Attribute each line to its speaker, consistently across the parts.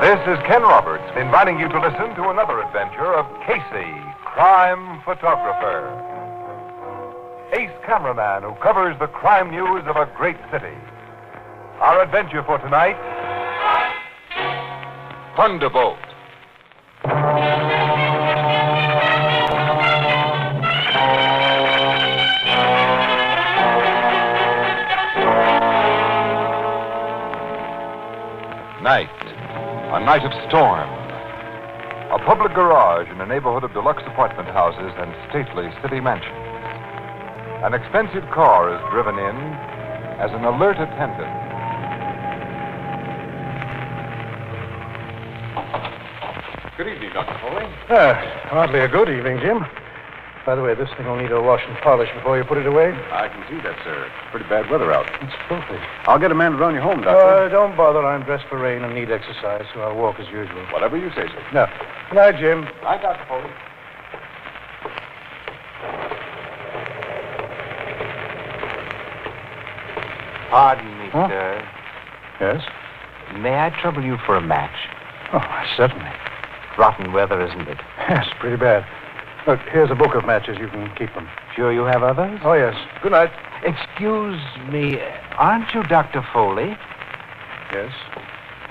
Speaker 1: This is Ken Roberts inviting you to listen to another adventure of Casey, crime photographer. Ace cameraman who covers the crime news of a great city. Our adventure for tonight Thunderbolt. Night. A night of storm. A public garage in a neighborhood of deluxe apartment houses and stately city mansions. An expensive car is driven in as an alert attendant. Good evening, Dr. Foley.
Speaker 2: Ah, hardly a good evening, Jim. By the way, this thing will need a wash and polish before you put it away.
Speaker 1: I can see that, sir. Pretty bad weather out.
Speaker 2: It's filthy.
Speaker 1: I'll get a man to run you home,
Speaker 2: Uh, don't bother. I'm dressed for rain and need exercise, so I'll walk as usual.
Speaker 1: Whatever you say, sir.
Speaker 2: No. Good night, Jim.
Speaker 1: Night, Dr. Foley.
Speaker 3: Pardon me,
Speaker 2: Huh?
Speaker 3: sir.
Speaker 2: Yes?
Speaker 3: May I trouble you for a match?
Speaker 2: Oh, certainly.
Speaker 3: Rotten weather, isn't it?
Speaker 2: Yes, pretty bad. Look, here's a book of matches. You can keep them.
Speaker 3: Sure you have others?
Speaker 2: Oh, yes. Good night.
Speaker 3: Excuse me, aren't you Dr. Foley?
Speaker 2: Yes?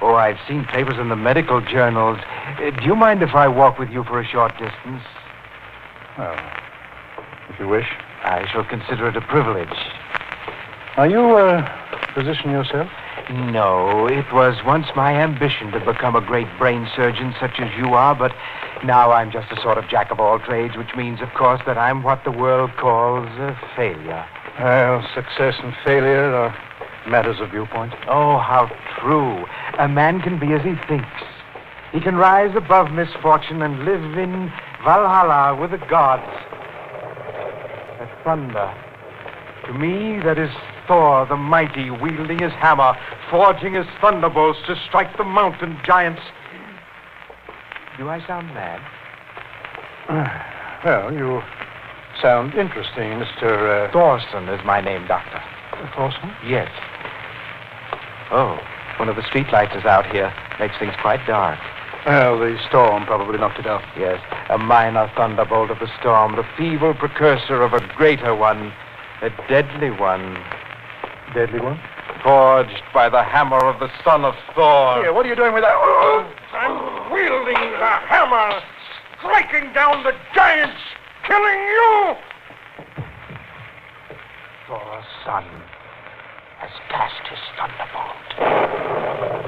Speaker 3: Oh, I've seen papers in the medical journals. Uh, do you mind if I walk with you for a short distance?
Speaker 2: Well, if you wish.
Speaker 3: I shall consider it a privilege.
Speaker 2: Are you a physician yourself?
Speaker 3: No, it was once my ambition to become a great brain surgeon such as you are, but now I'm just a sort of jack of all trades, which means, of course, that I'm what the world calls a failure.
Speaker 2: Well, success and failure are matters of viewpoint.
Speaker 3: Oh, how true. A man can be as he thinks. He can rise above misfortune and live in Valhalla with the gods. That thunder. To me, that is Thor the mighty wielding his hammer, forging his thunderbolts to strike the mountain giants. Do I sound mad?
Speaker 2: Well, you sound interesting, uh, Mr. Uh,
Speaker 3: Thorson is my name, Doctor.
Speaker 2: Thorson.
Speaker 3: Yes. Oh, one of the streetlights is out here. Makes things quite dark.
Speaker 2: Well, the storm probably knocked it out.
Speaker 3: Yes, a minor thunderbolt of the storm, the feeble precursor of a greater one, a deadly one,
Speaker 2: Deadly one?
Speaker 3: forged by the hammer of the son of Thor.
Speaker 2: what are you doing with that?
Speaker 4: I'm wielding the hammer, striking down the giants, killing you!
Speaker 3: Thor's son has cast his thunderbolt.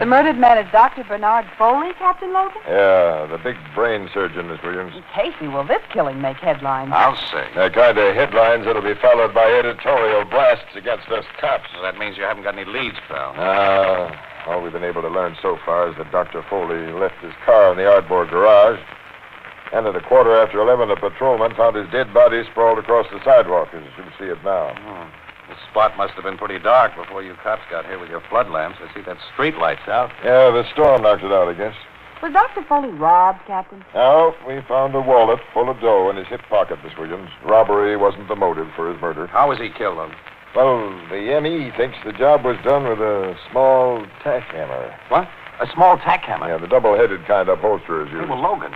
Speaker 5: The murdered man is Dr. Bernard Foley, Captain Logan?
Speaker 1: Yeah, the big brain surgeon, Miss Williams.
Speaker 5: Casey, will this killing make headlines?
Speaker 6: I'll say.
Speaker 1: The kind of headlines that'll be followed by editorial blasts against us cops.
Speaker 6: That means you haven't got any leads, pal.
Speaker 1: Ah, all we've been able to learn so far is that Dr. Foley left his car in the Ardmore garage, and at a quarter after 11, a patrolman found his dead body sprawled across the sidewalk, as you can see it now.
Speaker 6: The spot must have been pretty dark before you cops got here with your flood lamps. I see that street light's out.
Speaker 1: Yeah, the storm knocked it out, I guess.
Speaker 5: Was Dr. Foley robbed, Captain?
Speaker 1: Now, we found a wallet full of dough in his hip pocket, Miss Williams. Robbery wasn't the motive for his murder.
Speaker 6: How was he killed, then?
Speaker 1: Well, the ME thinks the job was done with a small tack hammer.
Speaker 6: What? A small tack hammer.
Speaker 1: Yeah, the double-headed kind upholsterers
Speaker 6: Hey,
Speaker 1: use.
Speaker 6: well, Logan,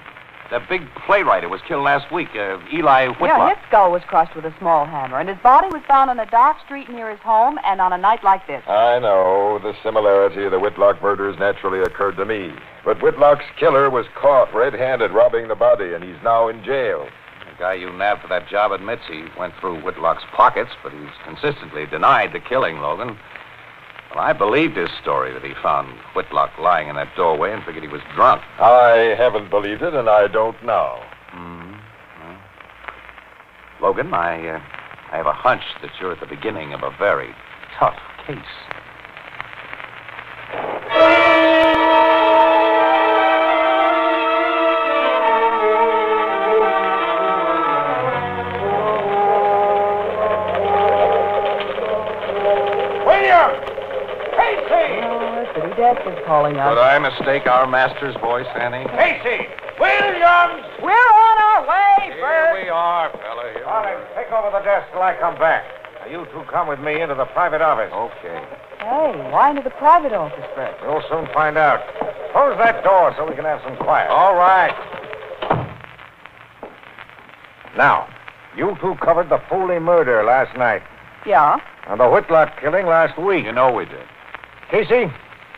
Speaker 6: that big playwright who was killed last week, uh, Eli Whitlock.
Speaker 5: Yeah, his skull was crushed with a small hammer, and his body was found on a dark street near his home and on a night like this.
Speaker 1: I know. The similarity of the Whitlock murders naturally occurred to me. But Whitlock's killer was caught red handed robbing the body, and he's now in jail.
Speaker 6: The guy you nabbed for that job admits he went through Whitlock's pockets, but he's consistently denied the killing, Logan. Well, I believed his story that he found Whitlock lying in that doorway and figured he was drunk.
Speaker 1: I haven't believed it, and I don't now.
Speaker 6: Logan, I, uh, I have a hunch that you're at the beginning of a very tough case.
Speaker 4: William! Casey!
Speaker 2: It's
Speaker 5: Oh, City Death is calling
Speaker 1: Could
Speaker 5: us.
Speaker 1: I mistake our master's voice, Annie?
Speaker 7: Casey! Williams!
Speaker 5: We're on our way,
Speaker 1: Here
Speaker 5: Bert.
Speaker 1: we are, fella. Here we are.
Speaker 6: take over the desk till I come back. Now, you two come with me into the private office.
Speaker 1: Okay.
Speaker 5: Hey, why into the private office, Bert?
Speaker 6: You'll soon find out. Close that door so we can have some quiet.
Speaker 1: All right.
Speaker 6: Now, you two covered the Foley murder last night
Speaker 5: Yeah.
Speaker 6: and the Whitlock killing last week.
Speaker 1: You know we did.
Speaker 6: Casey,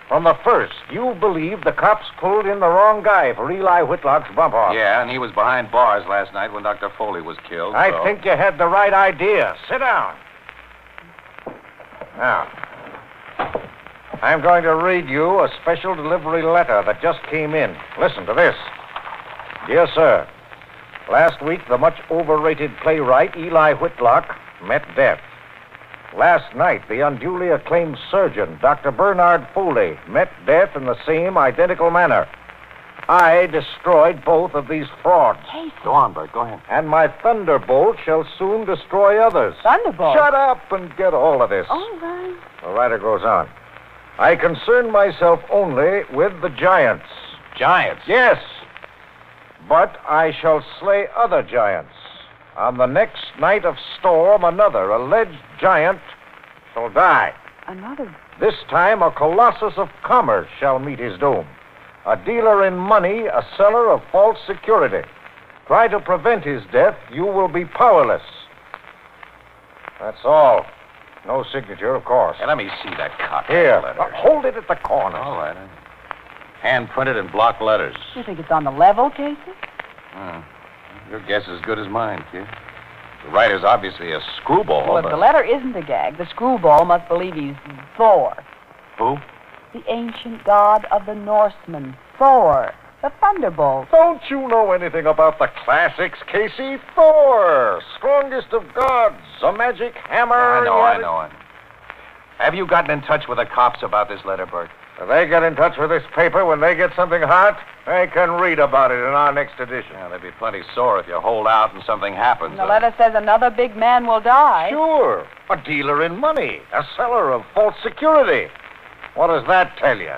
Speaker 6: from the first, you believed the cops pulled in the wrong guy for Eli Whitlock's bump off.
Speaker 1: Yeah, and he was behind bars last night when Dr. Foley was killed.
Speaker 6: I
Speaker 1: so-
Speaker 6: think you had the right idea. Sit down. Now, I'm going to read you a special delivery letter that just came in. Listen to this. Dear sir, last week the much overrated playwright Eli Whitlock met death. Last night, the unduly acclaimed surgeon, Dr. Bernard Foley, met death in the same identical manner. I destroyed both of these frauds
Speaker 1: Go on, Bert. Go ahead.
Speaker 6: and my thunderbolt shall soon destroy others.
Speaker 5: Thunderbolt.
Speaker 6: Shut up and get all of this.
Speaker 5: All right.
Speaker 6: The writer goes on. I concern myself only with the giants.
Speaker 1: Giants.
Speaker 6: Yes, but I shall slay other giants. On the next night of storm, another alleged giant shall die.
Speaker 5: Another.
Speaker 6: This time, a colossus of commerce shall meet his doom. A dealer in money, a seller of false security. Try to prevent his death, you will be powerless. That's all. No signature, of course.
Speaker 1: Hey, let me see that copy
Speaker 6: Here,
Speaker 1: of the
Speaker 6: uh,
Speaker 1: letter. Oh.
Speaker 6: hold it at the corner.
Speaker 1: All right. Hand printed in block letters.
Speaker 5: You think it's on the level, Casey?
Speaker 1: Hmm. Your guess is as good as mine, kid. The writer's obviously a screwball.
Speaker 5: Well, if
Speaker 1: but-
Speaker 5: the letter isn't a gag, the screwball must believe he's Thor,
Speaker 1: Who?
Speaker 5: the ancient god of the Norsemen. Thor, the thunderbolt.
Speaker 6: Don't you know anything about the classics, Casey? Thor, strongest of gods, a magic hammer.
Speaker 1: I know,
Speaker 6: he
Speaker 1: I
Speaker 6: had-
Speaker 1: know it. Have you gotten in touch with the cops about this letter, Bert?
Speaker 6: If they get in touch with this paper when they get something hot, they can read about it in our next edition.
Speaker 1: Yeah, they'd be plenty sore if you hold out and something happens.
Speaker 5: And the letter says another big man will die.
Speaker 6: Sure. A dealer in money, a seller of false security. What does that tell you?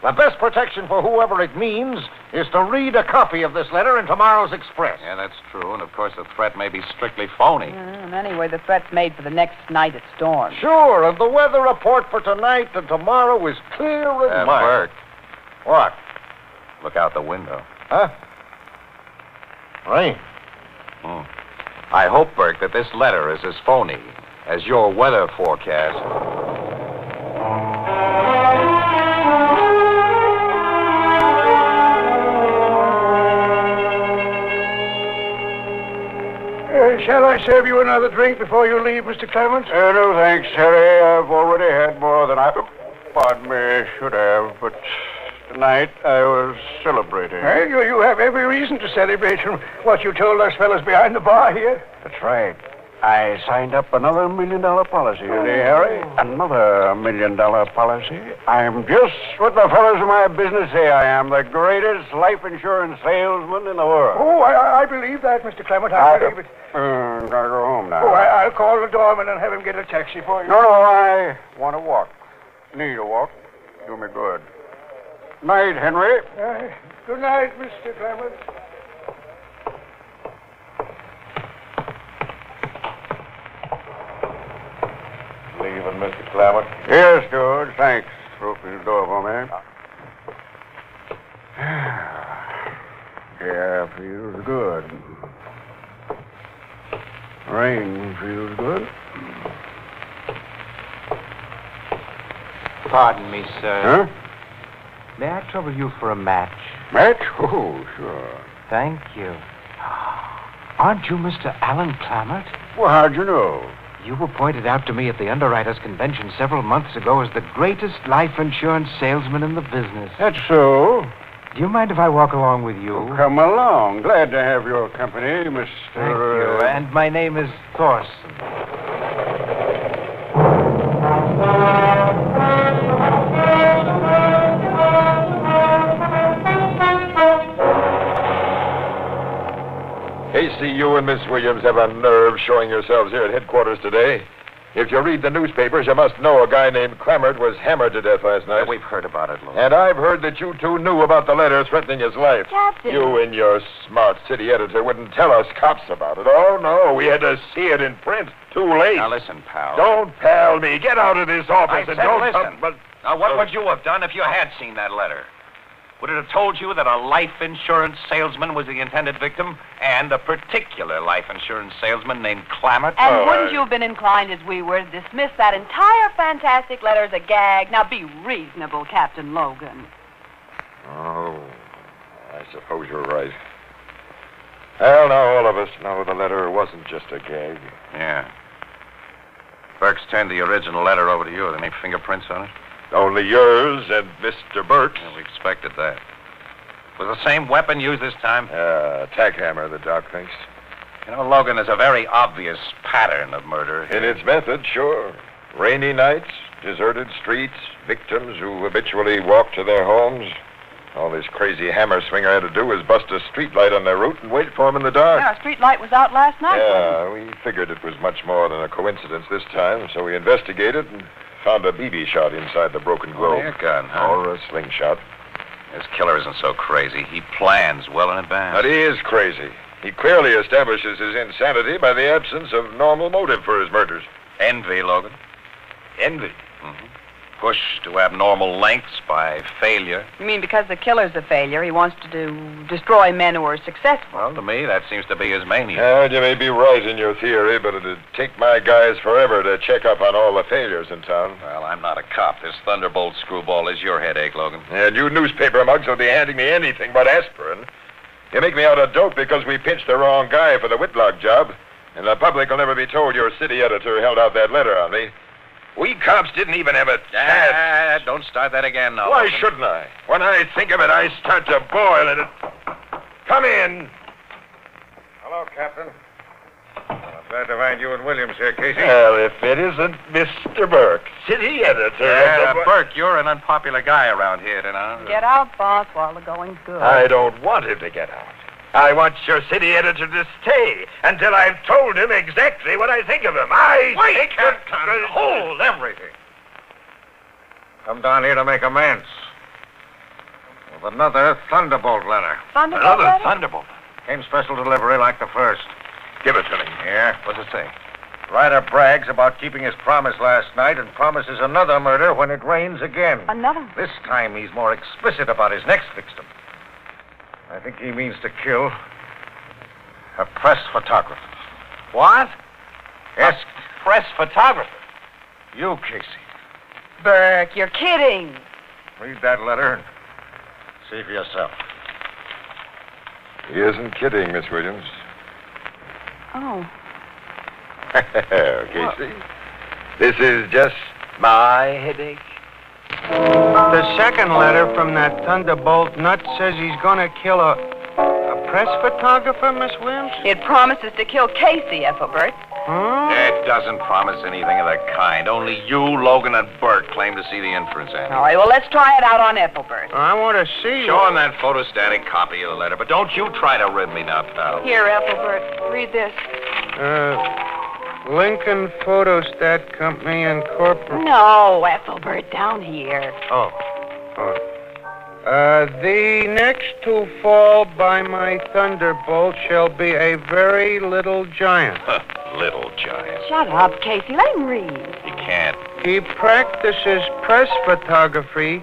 Speaker 6: The best protection for whoever it means is to read a copy of this letter in tomorrow's Express.
Speaker 1: Yeah, that's true. And of course, the threat may be strictly phony.
Speaker 5: Mm, anyway, the threat's made for the next night at storm.
Speaker 6: Sure, and the weather report for tonight and tomorrow is clear
Speaker 1: Uh,
Speaker 6: and mild.
Speaker 1: Bert,
Speaker 6: What?
Speaker 1: look out the window.
Speaker 6: Huh? Rain.
Speaker 1: Hmm. I hope, Burke, that this letter is as phony as your weather forecast.
Speaker 7: Uh, shall I serve you another drink before you leave, Mr. Clement?
Speaker 2: Uh, no, thanks, Harry. I've already had more than I, pardon me, should have, but tonight I was celebrating.
Speaker 7: Well, you, you have every reason to celebrate from what you told us fellas behind the bar here.
Speaker 2: That's right. I signed up another million dollar policy, you see, Harry. Another million dollar policy. I'm just what the fellows in my business say I am the greatest life insurance salesman in the world.
Speaker 7: Oh, I- I, I believe that, Mr. Clement. I,
Speaker 2: I-
Speaker 7: believe it.
Speaker 2: Uh, gotta go home now.
Speaker 7: Oh, I, I'll call the doorman and have him get a taxi for you.
Speaker 2: No, no, I want to walk. Need a walk. Do me good. Night, Henry.
Speaker 7: Uh, good night, Mr. Clement.
Speaker 2: Leaving, Mr. Clammett. Yes, George. Thanks for opening the door for me. Yeah, feels good. Rain feels good.
Speaker 1: Pardon me, sir.
Speaker 2: Huh?
Speaker 3: May I trouble you for a match?
Speaker 2: Match? Oh, sure.
Speaker 3: Thank you. Ah, Aren't you Mr. Alan Clammett?
Speaker 2: Well, how'd you know?
Speaker 3: You were pointed out to me at the underwriters' convention several months ago as the greatest life insurance salesman in the business.
Speaker 2: That's so.
Speaker 3: Do you mind if I walk along with you?
Speaker 6: Oh,
Speaker 2: Well, come along. Glad to have your company, Mr.
Speaker 3: Thank you.
Speaker 2: uh,
Speaker 3: And my name is Thorson.
Speaker 8: Casey, you and Miss Williams have a nerve showing yourselves here at headquarters today.
Speaker 1: If you read the newspapers, you must know a guy named Clamart was hammered to death last night.
Speaker 6: We've heard about it, Logan.
Speaker 1: And I've heard that you two knew about the letter threatening his life.
Speaker 5: Captain.
Speaker 1: You and your smart city editor wouldn't tell us cops about it. Oh, no. We had to see it in print. Too late.
Speaker 6: Now, listen, pal.
Speaker 1: Don't pal me. Get out of this
Speaker 6: I
Speaker 1: office
Speaker 6: said
Speaker 1: and don't
Speaker 6: listen.
Speaker 1: come- But
Speaker 6: Now, what would you have done if you had seen that letter? Would it have told you that a life insurance salesman was the intended victim, and a particular life insurance salesman named Clammett?
Speaker 5: And
Speaker 1: Oh,
Speaker 5: wouldn't
Speaker 1: I-
Speaker 5: you have been inclined, as we were, to dismiss that entire fantastic letter as a gag? Now, be reasonable, Captain Logan.
Speaker 1: Oh, I suppose you're right. Well, now all of us know the letter wasn't just a gag.
Speaker 6: Yeah. Burks turned the original letter over to you. Are there any fingerprints on it?
Speaker 1: Only yours and Mr. Burke's.
Speaker 6: Yeah, we expected that. Was the same weapon used this time?
Speaker 1: Uh, tack hammer, the doc thinks.
Speaker 6: You know, Logan, there's a very obvious pattern of murder.
Speaker 1: In its method, sure. Rainy nights, deserted streets, victims who habitually walk to their homes. All this crazy hammer swinger had to do was bust a streetlight on their route and wait for them in the dark.
Speaker 5: Now, a street light was out last night. wasn't
Speaker 1: Oh. Yeah, we figured it was much more than a coincidence this time, so we investigated and found a BB shot inside the broken globe.
Speaker 6: Air gun, Oh, huh?
Speaker 1: Or a slingshot.
Speaker 6: This killer isn't so crazy. He plans well in advance.
Speaker 1: But he is crazy. He clearly establishes his insanity by the absence of normal motive for his murders.
Speaker 6: Envy, Logan. Envy? hmm Pushed to abnormal lengths by failure.
Speaker 5: it? You mean because the killer's a failure, he wants to do, destroy men who are successful?
Speaker 6: Well, to me, that seems to be his mania.
Speaker 1: And you may be right in your theory, but it'd take my guys forever to check up on all the failures in town.
Speaker 6: Well, I'm not a cop. This thunderbolt screwball is your headache, Logan.
Speaker 1: And you newspaper mugs will be handing me anything but aspirin. You make me out a dope because we pinched the wrong guy for the Whitlock job, and the public will never be told your city editor held out that letter on me. We cops didn't even have a chance.
Speaker 6: Ah, don't start that again now.
Speaker 1: Why
Speaker 6: Logan.
Speaker 1: shouldn't I? When I think of it, I start to boil and it. Come in.
Speaker 2: Hello, Captain. I'm glad to find you and Williams here, Casey.
Speaker 1: Well, if it isn't Mr. Burke, city editor.
Speaker 6: Yeah,
Speaker 1: of the-
Speaker 6: Burke, you're an unpopular guy around here tonight.
Speaker 5: Get out, boss, while the going's good.
Speaker 1: I don't want him to get out. I want your city editor to stay until I've told him exactly what I think of him. I think Captain, hold everything.
Speaker 2: Come down here to make amends. With another Thunderbolt letter.
Speaker 5: Thunderbolt letter?
Speaker 6: thunderbolt.
Speaker 2: Came special delivery like the first.
Speaker 1: Give it to me.
Speaker 2: Yeah.
Speaker 6: What's it say?
Speaker 2: Ryder brags about keeping his promise last night and promises another murder when it rains again.
Speaker 5: Another one.
Speaker 2: This time he's more explicit about his next victim. I think he means to kill a press photographer.
Speaker 6: What?
Speaker 2: Yes,
Speaker 6: Press photographer.
Speaker 2: you, Casey.
Speaker 5: Burke, you're kidding.
Speaker 2: Read that letter and see for yourself.
Speaker 1: He isn't kidding, Miss Williams.
Speaker 5: Oh.
Speaker 1: Casey, this is just my headache.
Speaker 9: The second letter from that thunderbolt nut says he's gonna kill a, a press photographer, Miss Williams?
Speaker 5: It promises to kill Casey, Ethelbert.
Speaker 9: Hmm?
Speaker 6: It doesn't promise anything of that kind. Only you, Logan, and Burke claim to see the inference, Andy.
Speaker 5: All right, well, let's try it out on Ethelbert.
Speaker 9: I want to see.
Speaker 6: Show him that photostatic copy of the letter, but don't you try to rib me now, pal.
Speaker 5: Here, Ethelbert, read this.
Speaker 9: Uh, Lincoln Photostat Company Incorporated.
Speaker 5: No, Ethelbert, down here.
Speaker 9: Oh. Uh, the next to fall by my thunderbolt shall be a very little giant.
Speaker 6: Little giant.
Speaker 5: Shut up, Casey. Let him read.
Speaker 6: You can't.
Speaker 9: He practices press photography,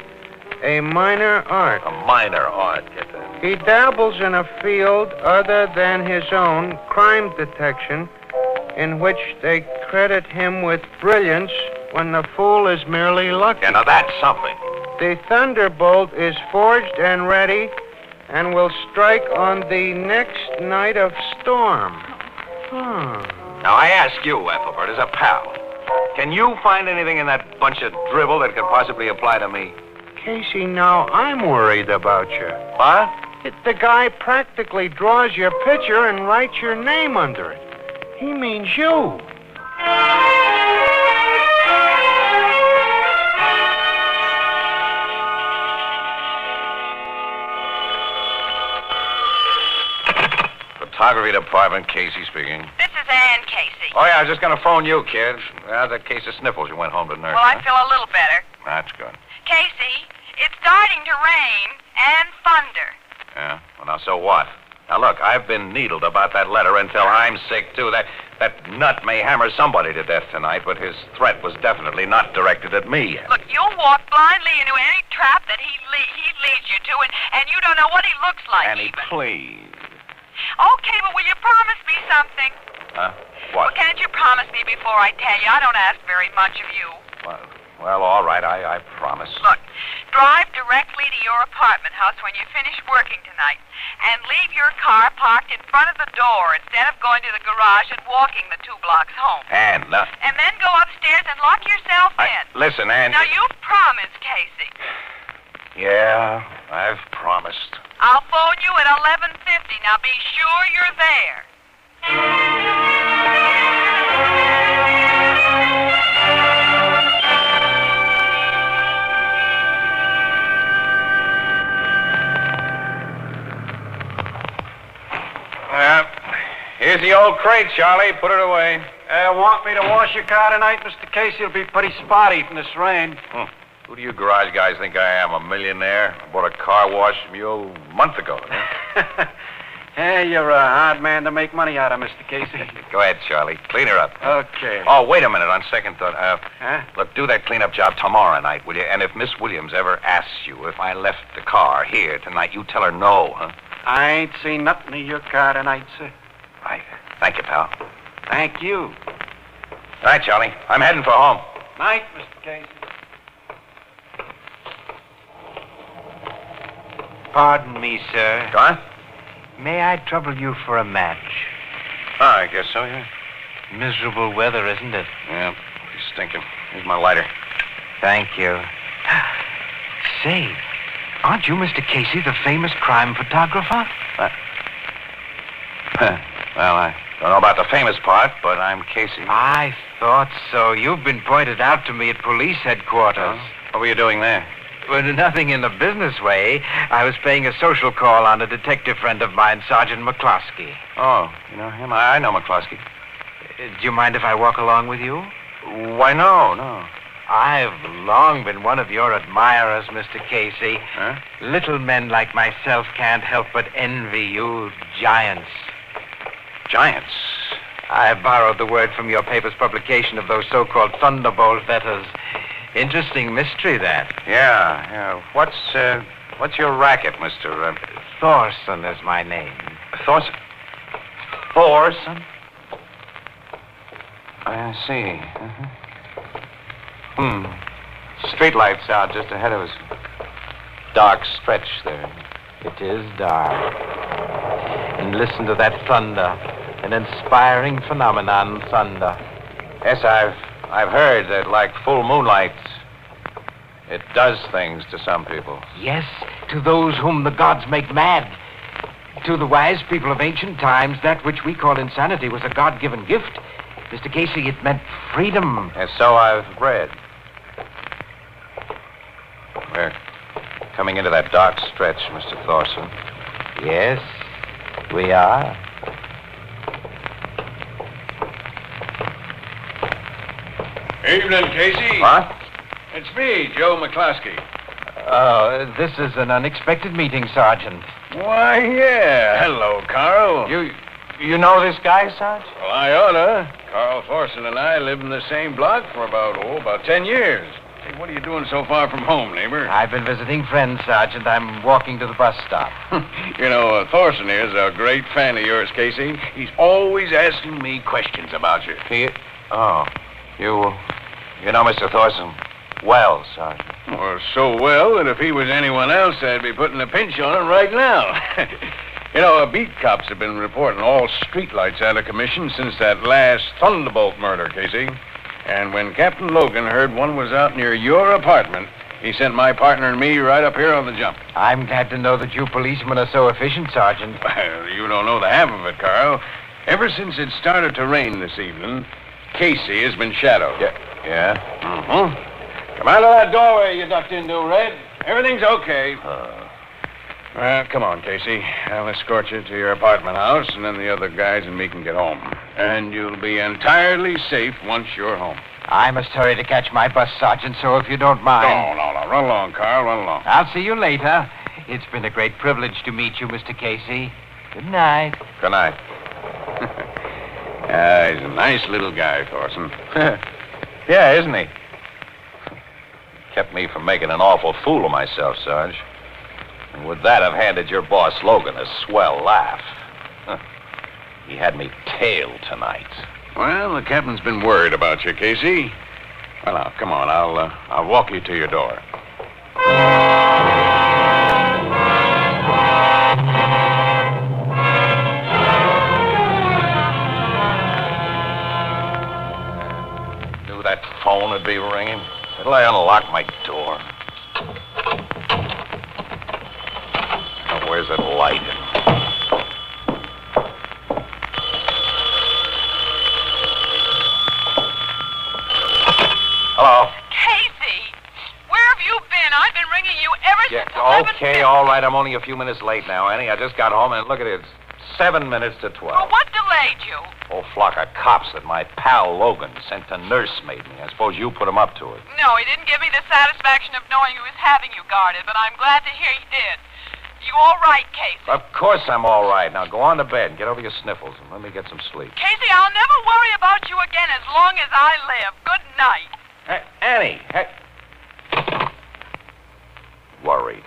Speaker 9: a minor art.
Speaker 6: A minor art. Get that.
Speaker 9: He dabbles in a field other than his own, crime detection, in which they credit him with brilliance when the fool is merely lucky.
Speaker 6: Yeah, now that's something.
Speaker 9: The thunderbolt is forged and ready and will strike on the next night of storm. Hmm.
Speaker 6: Now I ask you, Ethelbert, as a pal, can you find anything in that bunch of dribble that could possibly apply to me?
Speaker 9: Casey, now I'm worried about you.
Speaker 6: What?
Speaker 9: It, the guy practically draws your picture and writes your name under it. He means you.
Speaker 6: Topography Department, Casey speaking.
Speaker 10: This is Ann Casey.
Speaker 6: Oh, yeah, I was just going to phone you, kid. Well, the case of sniffles you went home to nurse.
Speaker 10: Well, I
Speaker 6: huh?
Speaker 10: feel a little better.
Speaker 6: That's good.
Speaker 10: Casey, it's starting to rain and thunder.
Speaker 6: Yeah. Well, now, so what? Now, look, I've been needled about that letter until I'm sick, too. That, that nut may hammer somebody to death tonight, but his threat was definitely not directed at me.
Speaker 10: Look, you'll walk blindly into any trap that he le- he leads you to, and, and you don't know what he looks like.
Speaker 6: Annie,
Speaker 10: even.
Speaker 6: please.
Speaker 10: Okay, but will you promise me something?
Speaker 6: Huh? What?
Speaker 10: Well, can't you promise me before I tell you? I don't ask very much of you.
Speaker 6: Well, well, all right, I, I promise.
Speaker 10: Look, drive directly to your apartment house when you finish working tonight, and leave your car parked in front of the door instead of going to the garage and walking the two blocks home.
Speaker 6: Ann, now,
Speaker 10: And then go upstairs and lock yourself
Speaker 6: I-
Speaker 10: in.
Speaker 6: uh, listen, Ann.
Speaker 10: Now you promised, Casey.
Speaker 6: Yeah, I've promised.
Speaker 10: I'll phone you at 11:50. Now be sure you're there.
Speaker 6: Yeah. Here's the old crate, Charlie. Put it away.
Speaker 3: Uh, want me to wash your car tonight, Mr. Casey? It'll be pretty spotty from this rain.
Speaker 6: Hmm. Who do you garage guys think I am, a millionaire? I bought a car wash from you a month ago.
Speaker 3: hey, you're a hard man to make money out of, Mr. Casey.
Speaker 6: Go ahead, Charlie. Clean her up.
Speaker 3: Okay.
Speaker 6: Oh, wait a minute. On second thought, uh,
Speaker 3: Huh?
Speaker 6: look, do that cleanup job tomorrow night, will you? And if Miss Williams ever asks you if I left the car here tonight, you tell her no, huh?
Speaker 3: I ain't seen nothing of your car tonight, sir.
Speaker 6: Right. Thank you, pal.
Speaker 3: Thank you.
Speaker 6: All right, Charlie. I'm heading for home.
Speaker 3: Night, Mr. Casey. Pardon me, sir.
Speaker 6: Go on.
Speaker 3: May I trouble you for a match?
Speaker 6: Oh, I guess so, yeah.
Speaker 3: Miserable weather, isn't it?
Speaker 6: Yeah, pretty stinking. Here's my lighter.
Speaker 3: Thank you. Say, aren't you Mr. Casey, the famous crime photographer?
Speaker 6: Uh, well, I don't know about the famous part, but I'm Casey.
Speaker 3: I thought so. You've been pointed out to me at police headquarters.
Speaker 6: What were you doing there?
Speaker 3: Well, nothing in a business way. I was paying a social call on a detective friend of mine, Sergeant McCloskey.
Speaker 6: Oh, you know him? I, I know McCloskey.
Speaker 3: Uh, do you mind if I walk along with you?
Speaker 6: Why, no, no.
Speaker 3: I've long been one of your admirers, Mr. Casey.
Speaker 6: Huh?
Speaker 3: Little men like myself can't help but envy you giants.
Speaker 6: Giants.
Speaker 3: I borrowed the word from your paper's publication of those so-called thunderbolt vetters. Interesting mystery, that.
Speaker 6: Yeah, yeah. What's, uh, what's your racket, Mr. Uh,
Speaker 3: Thorson is my name.
Speaker 6: Thorson? Thorson? I see. Uh-huh. Hmm. Street lights out just ahead of us. Dark stretch there.
Speaker 3: It is dark. And listen to that thunder. An inspiring phenomenon, thunder.
Speaker 6: Yes, I've I've heard that like full moonlight, it does things to some people.
Speaker 3: Yes, to those whom the gods make mad. To the wise people of ancient times, that which we call insanity was a God given gift. Mr. Casey, it meant freedom.
Speaker 6: And so I've read. We're coming into that dark stretch, Mr. Thorson.
Speaker 3: Yes, we are.
Speaker 1: Evening, Casey.
Speaker 6: What?
Speaker 1: It's me, Joe McCloskey.
Speaker 3: Uh, this is an unexpected meeting, Sergeant.
Speaker 1: Why, yeah. Hello, Carl.
Speaker 6: You you know this guy, Sarge?
Speaker 1: Well, I oughta. Carl Thorson and I lived in the same block for about, oh, about ten years. Hey, what are you doing so far from home, neighbor?
Speaker 3: I've been visiting friends, Sergeant. I'm walking to the bus stop.
Speaker 1: you know, uh, Thorson here's a great fan of yours, Casey. He's always asking me questions about you.
Speaker 6: He Oh. You you know Mr. Thorson well, Sergeant.
Speaker 1: Well, so well that if he was anyone else, I'd be putting a pinch on him right now. you know, uh, beat cops have been reporting all streetlights out of commission since that last Thunderbolt murder, Casey. And when Captain Logan heard one was out near your apartment, he sent my partner and me right up here on the jump.
Speaker 3: I'm glad to know that you policemen are so efficient, Sergeant.
Speaker 1: Well, you don't know the half of it, Carl. Ever since it started to rain this evening, Casey has been shadowed. Yeah.
Speaker 6: Yeah?
Speaker 3: Uh.
Speaker 1: Mm-hmm. Come out of that doorway you ducked into, Red. Everything's okay.
Speaker 11: Well, come on, Casey. I'll escort you to your apartment house, and then the other guys and me can get home. And you'll be entirely safe once you're home.
Speaker 3: I must hurry to catch my bus, Sergeant, so if you don't mind.
Speaker 11: No, no, no. Run along, Carl. Run along.
Speaker 3: I'll see you later. It's been a great privilege to meet you, Mr. Casey. Good night.
Speaker 11: Good night. yeah, he's a nice little guy, Thorson.
Speaker 6: yeah, isn't he? Kept me from making an awful fool of myself, Sarge. And would that have handed your boss Logan a swell laugh? Huh. He had me tailed tonight.
Speaker 11: Well, the captain's been worried about you, Casey. Well, now, come on. I'll uh, I'll walk you to your door.
Speaker 6: Knew that phone would be ringing. Till I unlock my door. Now, where's that light? Hello.
Speaker 10: Casey, where have you been? I've been ringing you ever
Speaker 6: Yeah,
Speaker 10: since. 11
Speaker 6: okay, all right. I'm only a few minutes late now, Annie. I just got home, and look at it. It's seven minutes to
Speaker 10: Well,
Speaker 6: twelve.
Speaker 10: what delayed you?
Speaker 6: Whole flock of cops that my pal Logan sent to nursemaid me. I suppose you put him up to it.
Speaker 10: No, he didn't give me the satisfaction of knowing he was having you guarded, but I'm glad to hear he did. You all right, Casey?
Speaker 6: Of course I'm all right. Now go on to bed and get over your sniffles and let me get some sleep.
Speaker 10: Casey, I'll never worry about you again as long as I live. Good night.
Speaker 6: Hey, Annie. Hey. Worried.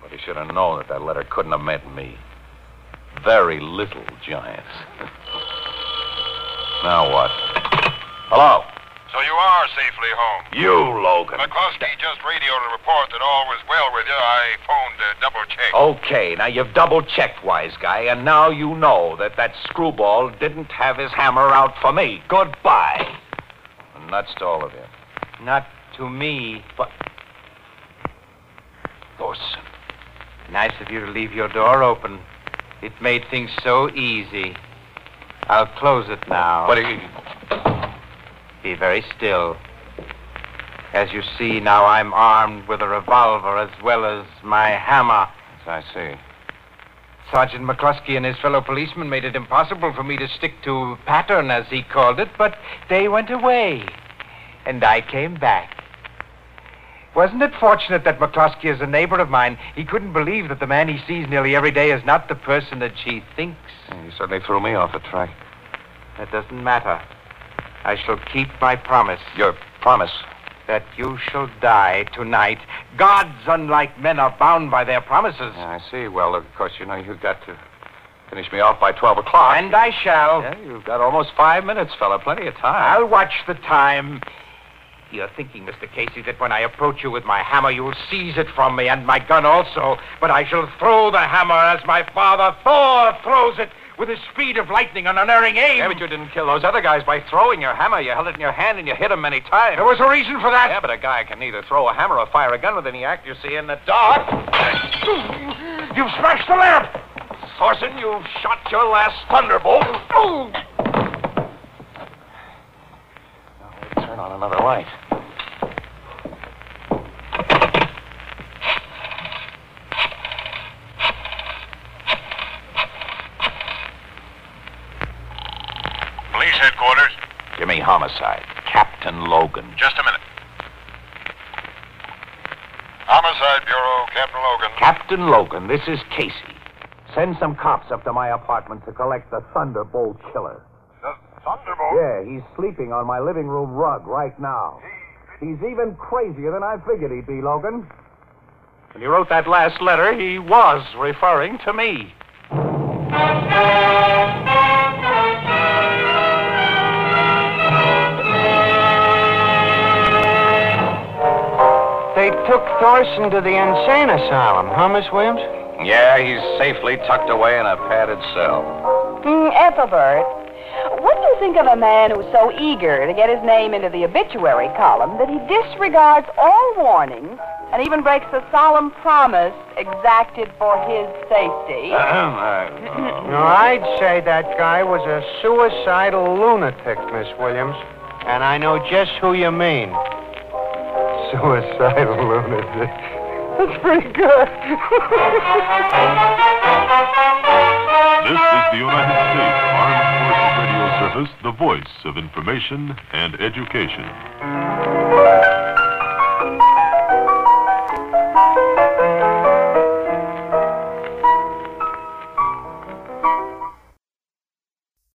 Speaker 6: But he should have known that that letter couldn't have meant me. Very little giants. now what? Hello.
Speaker 1: So you are safely home.
Speaker 6: You, Logan.
Speaker 1: McCluskey just radioed a report that all was well with you. I phoned to double check.
Speaker 6: Okay, now you've double checked, wise guy, and now you know that that screwball didn't have his hammer out for me. Goodbye. Nuts to all of you.
Speaker 3: Not to me.
Speaker 6: But. Thorson.
Speaker 3: Nice of you to leave your door open. It made things so easy. I'll close it now.
Speaker 6: What are you.
Speaker 3: Be very still. As you see, now I'm armed with a revolver as well as my hammer.
Speaker 6: I see.
Speaker 3: Sergeant McCluskey and his fellow policemen made it impossible for me to stick to pattern, as he called it, but they went away. And I came back. Wasn't it fortunate that McCluskey is a neighbor of mine? He couldn't believe that the man he sees nearly every day is not the personage he thinks.
Speaker 6: You certainly threw me off the track.
Speaker 3: That doesn't matter. I shall keep my promise.
Speaker 6: Your promise.
Speaker 3: That you shall die tonight. Gods, unlike men, are bound by their promises.
Speaker 6: Yeah, I see. Well, of course, you know you've got to finish me off by 12 o'clock.
Speaker 3: And I shall.
Speaker 6: Yeah, you've got almost five minutes, fella. Plenty of time.
Speaker 3: I'll watch the time. You're thinking, Mr. Casey, that when I approach you with my hammer, you'll seize it from me and my gun also. But I shall throw the hammer as my father Thor throws it with the speed of lightning and unerring aim.
Speaker 6: Yeah, but you didn't kill those other guys by throwing your hammer. You held it in your hand and you hit them many times.
Speaker 3: There was a reason for that.
Speaker 6: Yeah, but a guy can neither throw a hammer or fire a gun with any accuracy in the dark.
Speaker 3: You've smashed the lamp.
Speaker 6: Thorson, you've shot your last thunderbolt. Oh! Now, we'll turn on another light.
Speaker 1: Police headquarters.
Speaker 6: Jimmy Homicide, Captain Logan.
Speaker 1: Just a minute. Homicide Bureau, Captain Logan.
Speaker 6: Captain Logan, this is Casey. Send some cops up to my apartment to collect the Thunderbolt killer.
Speaker 1: The Thunderbolt.
Speaker 6: Yeah, he's sleeping on my living room rug right now. He's even crazier than I figured he'd be, Logan. When he wrote that last letter, he was referring to me.
Speaker 9: They took Thorson to the insane asylum, huh, Miss Williams?
Speaker 6: Yeah, he's safely tucked away in a padded cell.
Speaker 5: Mm, Ethelbert, what do you think of a man who's so eager to get his name into the obituary column that he disregards all warnings and even breaks the solemn promise exacted for his safety?
Speaker 9: No, I'd say that guy was a suicidal lunatic, Miss Williams. And I know just who you mean. Suicidal lunatic.
Speaker 12: That's pretty good.
Speaker 13: This is the United States Armed Forces Radio Service, the voice of information and education.